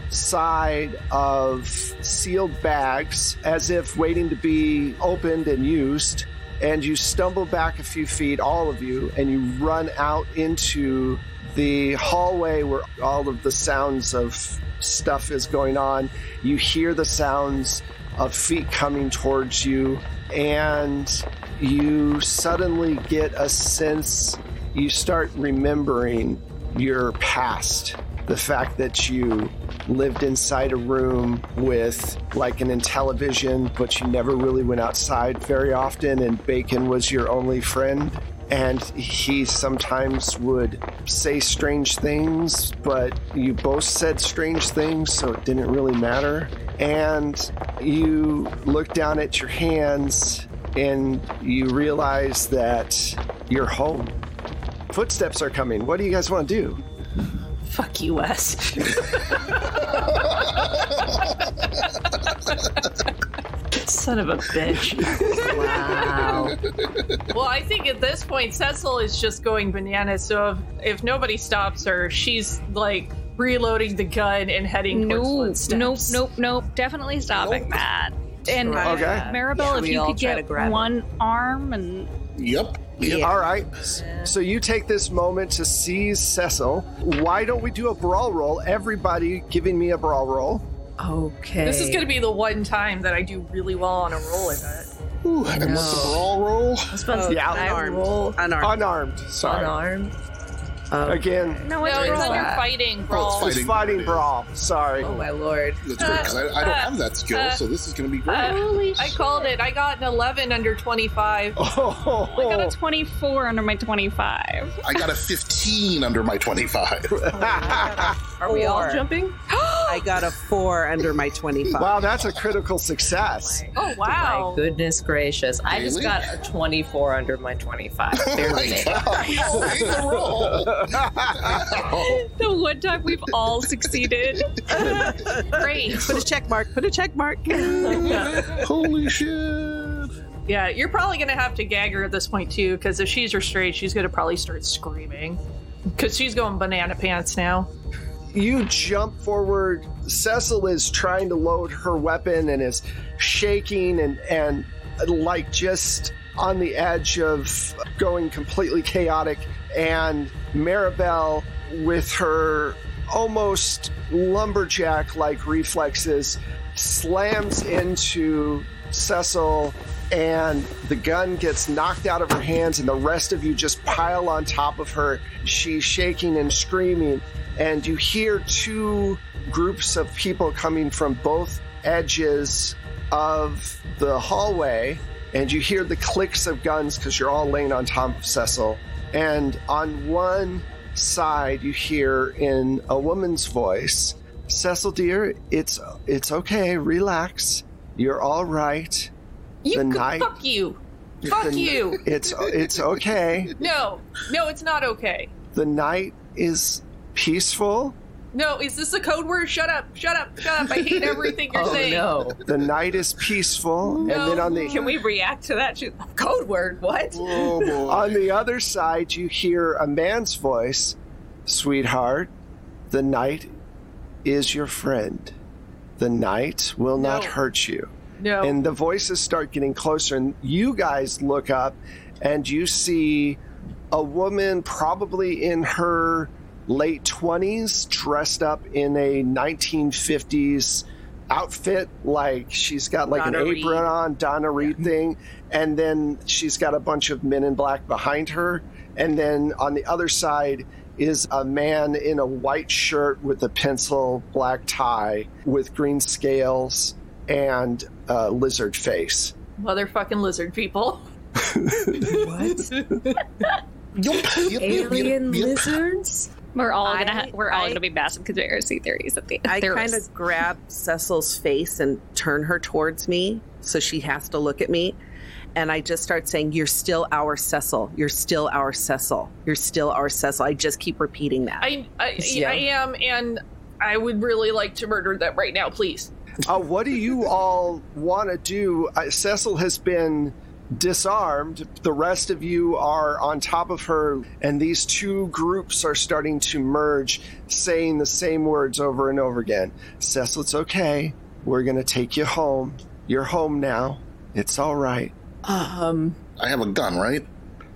inside of sealed bags as if waiting to be opened and used. And you stumble back a few feet, all of you, and you run out into the hallway where all of the sounds of stuff is going on. You hear the sounds of feet coming towards you, and you suddenly get a sense you start remembering your past. The fact that you lived inside a room with like an Intellivision, but you never really went outside very often, and Bacon was your only friend and he sometimes would say strange things, but you both said strange things, so it didn't really matter. And you look down at your hands and you realize that you're home. Footsteps are coming. What do you guys want to do? Fuck you, Wes. Son of a bitch. Wow. Well, I think at this point Cecil is just going bananas. So if, if nobody stops her, she's like reloading the gun and heading No, towards nope, footsteps. nope, nope. Definitely stopping that. And uh, Try Okay. to- Maribel, Yeah. if We you all could try to get grab it. one arm and Yep. Yeah. All right. So you take this moment to seize Cecil. Why don't we do a brawl roll? Everybody giving me a brawl roll. Okay. This is going to be the one time that I do really well on a roll, I bet. Ooh, Uh, and what's the No. brawl roll? Oh, Yeah. unarmed. Roll Unarmed. Unarmed. Sorry. unarmed. Oh, Again, No, it's No, it's wrong. under that. fighting, Oh, brawl. it's it's Fighting. fighting brawl. Sorry. Oh my lord. That's great because I, I don't Uh, have that skill, uh, so this is going to be great. uh, Holy I shit. called it. I got an 11 under 25. Oh, I got a 24 under my 25. I got a 15 under my 25. are we all Wall jumping? I got a four under my 25. wow, that's a critical success. Oh, wow. My goodness gracious. I just Really? got a 24 under my 25. Oh my Barely. god, we all made the roll. The wood duck, we've all succeeded. Great. Put a check mark. Put a check mark. Oh, Holy shit. Yeah, you're probably going to have to gag her at this point, too, because if she's restrained, she's going to probably start screaming. Because she's going banana pants now. You jump forward. Cecil is trying to load her weapon and is shaking and, and like just on the edge of going completely chaotic. And Maribel, with her almost lumberjack like reflexes, slams into Cecil and the gun gets knocked out of her hands and the rest of you just pile on top of her. She's shaking and screaming and you hear two groups of people coming from both edges of the hallway and you hear the clicks of guns because you're all laying on top of Cecil. And on one side, you hear in a woman's voice, "Cecil dear, it's it's okay. Relax. You're all right. You The could- night- Fuck you. Fuck you. It's it's okay. No. No, it's not okay. The night is peaceful. No, is this a code word? Shut up. Shut up. Shut up. I hate everything you're Oh saying. no. The night is peaceful." And then on the Can we react to that? She- Code word? What? Oh boy. On the other side, you hear a man's voice Sweetheart, the night is your friend. The night will not No. hurt you. No. And the voices start getting closer, and you guys look up and you see a woman probably in her late 20s dressed up in a 1950s outfit like she's got like Donna an Reed. apron on Donna Reed thing and then she's got a bunch of men in black behind her and then on the other side is a man in a white shirt with a pencil black tie with green scales and a lizard face Motherfucking lizard people. Yup, yup, yup, yup, Alien yup. lizards? We're all I- gonna ha- we're all I- gonna be massive conspiracy theories at the end. I kind of grab Cecil's face and turn her towards me so she has to look at me. And I just start saying, You're still our Cecil. You're still our Cecil. You're still our Cecil. I just keep repeating that. I, I, Yeah. I am, and I would really like to murder them right now, please. uh, what do you all want to do? Uh, Cecil has been disarmed. The rest of you are on top of her, and these two groups are starting to merge, saying the same words over and over again. Cecil, it's okay. We're going to take you home. You're home now. It's all right. Um I have a gun, right?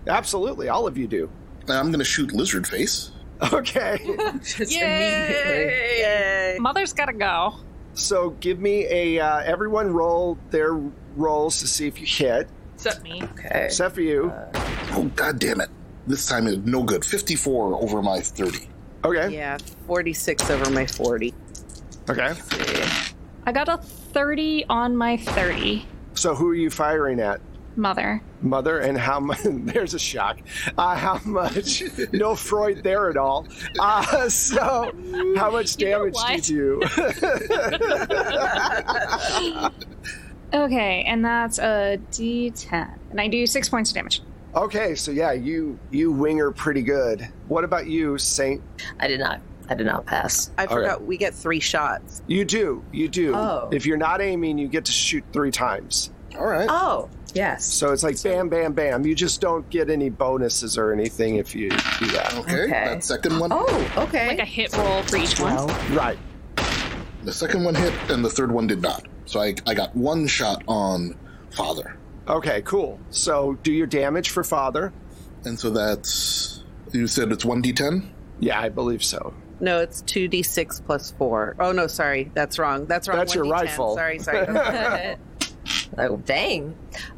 Absolutely. All of you do. Now I'm going to shoot Lizard Face. Okay. just immediately. Yay! mother's gotta go. so give me a. Uh, everyone roll their rolls to see if you hit, Except me. Okay. except for you. Oh, god damn it. This time it no good. 54 over my 30. Okay. yeah, 46 over my 40. Okay. I got a 30 on my 30. So who are you firing at? Mother. mother and how much there's a shock uh, how much no freud there at all uh, so how much You know damage what? did you Okay, and that's a D10. And I do six points of damage. okay so yeah you you winger pretty good what about you saint I did not I did not pass. I All forgot we get three shots. you do you do Oh. if you're not aiming you get to shoot three times All right. Uh, Oh, yes. so it's like bam bam bam you just don't get any bonuses or anything if you do that Okay. okay. That second one, Oh, okay. Like a hit roll for each one. right the second one hit, and the third one did not. So I, I got one shot on Father, okay cool so do your damage for father and so that's you said it's one d10. yeah i believe so No, it's 2d6 plus 4. Oh, no, sorry. That's wrong. That's wrong. That's your 1d10. rifle. Sorry, sorry. Oh, dang.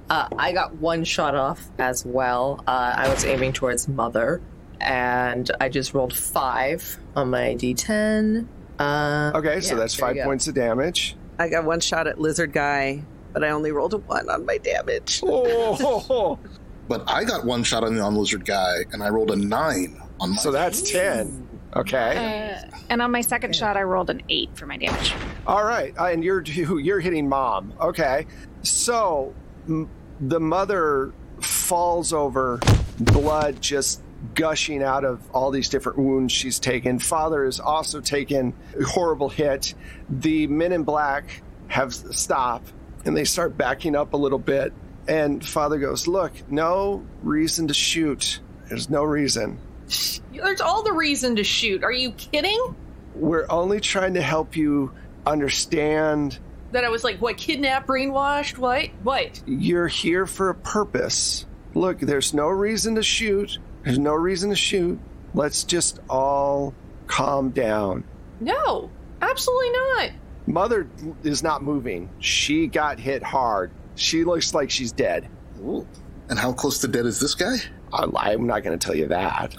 Uh, I got one shot off as well. Uh, I was aiming towards Mother, and I just rolled five on my d10. Uh, Okay, so yeah, that's there five you go. points of damage. I got one shot at lizard guy, but I only rolled a one on my damage. Oh, ho, ho. But I got one shot on the on lizard guy, and I rolled a nine on my. so that's 10. Okay. Uh, and on my second shot, I rolled an eight for my damage. All right. Uh, And you're you're hitting mom. Okay. So m- the mother falls over, blood just gushing out of all these different wounds she's taken. Father is also taken a horrible hit. The men in black have s- stop and they start backing up a little bit. And father goes, "Look, no reason to shoot. There's no reason. There's all the reason to shoot. Are you kidding? We're only trying to help you understand That I was like, what, kidnapped, brainwashed? What? What? you're here for a purpose. Look, there's no reason to shoot. There's no reason to shoot. Let's just all calm down. No, absolutely not. Mother is not moving. She got hit hard. She looks like she's dead. Ooh. And how close to dead is this guy? I lie, I'm not going to tell you that.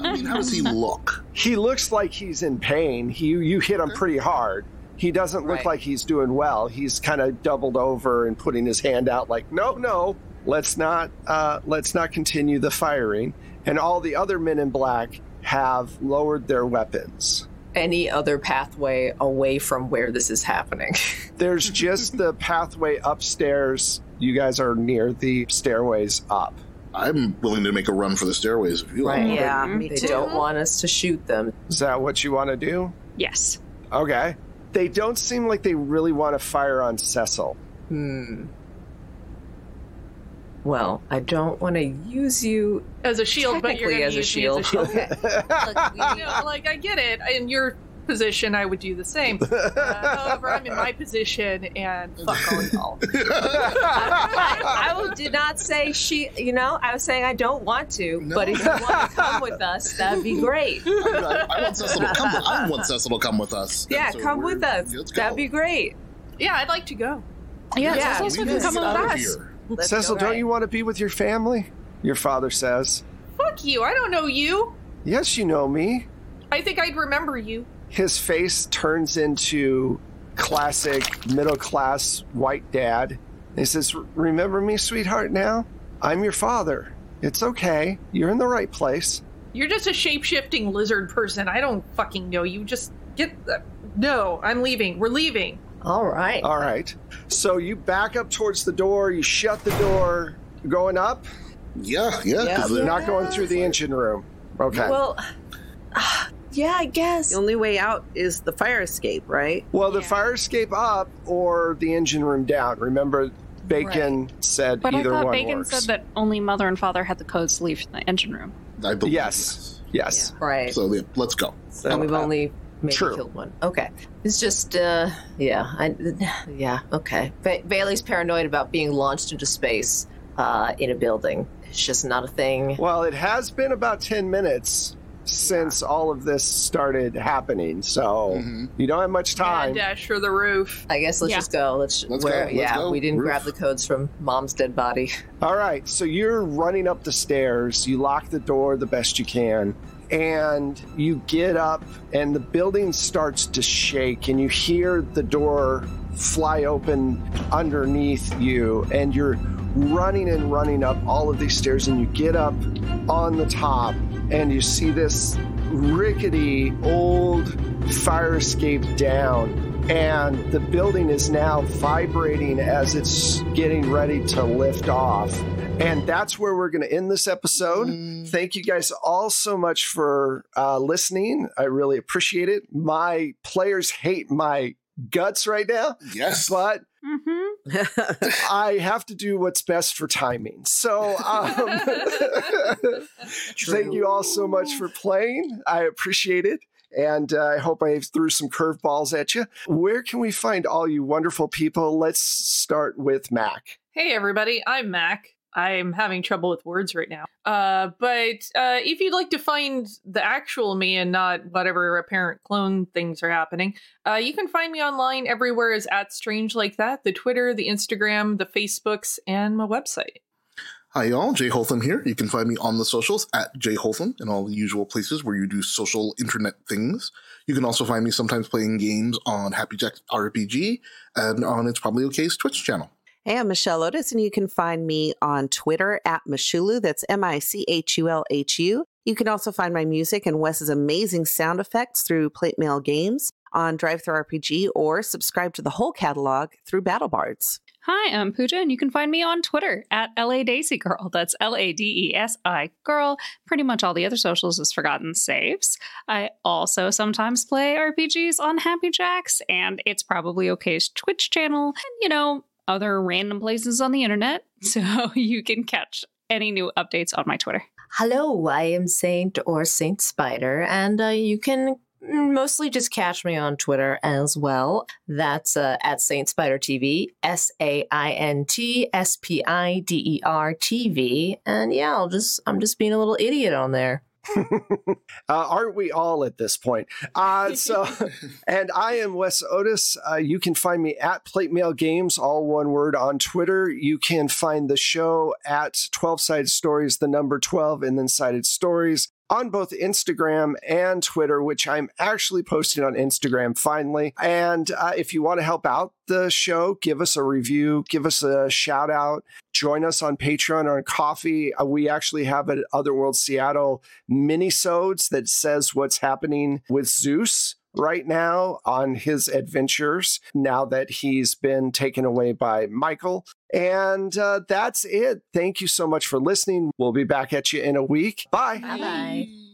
I mean, how does he look? He looks like he's in pain. He, you hit him pretty hard. He doesn't look Right. like he's doing well. He's kind of doubled over and putting his hand out, like, no, no, let's not, uh, let's not continue the firing. And all the other men in black have lowered their weapons. Any other pathway away from where this is happening? There's just the pathway upstairs. You guys are near the stairways up. I'm willing to make a run for the stairways if you like. Right. Yeah, Mhm. me they too. don't want us to shoot them. Is that what you want to do? Yes. Okay. They don't seem like they really want to fire on Cecil. Hmm. Well, I don't want to use you. As a shield, but you're Technically gonna as a use me As a shield. shield. You know, like I get it. In your position, I would do the same. Uh, however, I'm in my position, and fuck all y'all. I, I did not say she, you know, I was saying I don't want to, No. but if you want to come with us, that'd be great. I, I want Cecil to come. With, I want Cecil to come with us. Yeah, And so come we're- with us. let's go. That'd be great. Yeah, I'd like to go. Yeah, Yeah, yeah We Cecil need can to come get with out of us. here. Let's Cecil, go. don't you want to be with your family? Your father says. Fuck you. I don't know you. Yes, you know me. I think I'd remember you. His face turns into classic middle class white dad. And He says, Remember me, sweetheart, now? I'm your father. It's okay. You're in the right place. You're just a shape shifting lizard person. I don't fucking know you. Just get. Uh, no, I'm leaving. We're leaving. All right. All right. So you back up towards the door, you shut the door, going up, Yeah, yeah. 'cause they're- not going through the engine room. Okay. Well, Well, yeah, I guess. The only way out is the fire escape, right? the fire escape up or the engine room down. Remember, Bacon said But either I thought one Bacon works. said that only mother and father had the codes to leave the engine room. I believe. Yes. Yes. Right. So uh, yeah, let's go. and we've only maybe True. killed one. Okay. It's just, uh, yeah, I, yeah, okay. Ba- Bailey's paranoid about being launched into space uh, in a building. It's just not a thing. Well, it has been about 10 minutes since all of this started happening. So Mhm. you don't have much Mad time. dash for the roof. I guess let's Yeah. just go. Let's, Let's where, go, let's yeah, go. we didn't Roof. grab the codes from mom's dead body. All right. So you're running up the stairs. You lock the door the best you can. And you get up, and the building starts to shake, and you hear the door fly open underneath you. And you're running and running up all of these stairs, and you get up on the top, and you see this rickety old fire escape down. And the building is now vibrating as it's getting ready to lift off. And that's where we're going to end this episode. Thank you guys all so much for uh, listening. I really appreciate it. My players hate my guts right now, Yes. but Mm-hmm. I have to do what's best for timing. So, um, thank you all so much for playing. I appreciate it. And uh, I hope I threw some curveballs at you. Where can we find all you wonderful people? Let's start with Mac. Hey, everybody. I'm Mac. I'm having trouble with words right now. Uh, but uh, if you'd like to find the actual me and not whatever apparent clone things are happening, uh, you can find me online everywhere is at Strange Like That the Twitter, the Instagram, the Facebooks, and my website. Hi, y'all. Jay Holtham here. You can find me on the socials at Jay Holtham and all the usual places where you do social internet things. You can also find me sometimes playing games on Happy Jack RPG and on It's Probably Okay's Twitch channel. Hey, I'm Michelle Otis, and you can find me on Twitter at Mishulu. That's M I C H U L H U. You can also find my music and Wes's amazing sound effects through Plate Mail Games on DriveThru RPG or subscribe to the whole catalog through BattleBards. Hi, I'm Pooja, and you can find me on Twitter at LA Daisy Girl. That's L A D E S I Girl. Pretty much all the other socials is Forgotten Saves. I also sometimes play RPGs on Happy Jacks, and it's probably okay's Twitch channel, and you know, other random places on the internet. So you can catch any new updates on my Twitter. Hello, I am Saint or Saint Spider, and uh, you can mostly just catch me on Twitter as well. That's uh, at Saint Spider TV, S A I N T S P I D E R TV, and yeah, I'll just I'm just being a little idiot on there. Uh, aren't we all at this point? Uh, so, and I am Wes Otis. Uh, you can find me at Plate Mail Games, all one word on Twitter. You can find the show at 12 Sided Stories, the number 12, and then Sided Stories on both Instagram and Twitter, which I'm actually posting on Instagram finally. And uh, if you want to help out the show, give us a review, give us a shout out, join us on Patreon or on Coffee. Uh, we actually have an Otherworld Seattle minisodes that says what's happening with Zeus right now on his adventures now that he's been taken away by Michael. And uh, that's it. Thank you so much for listening. We'll be back at you in a week. Bye. Bye bye.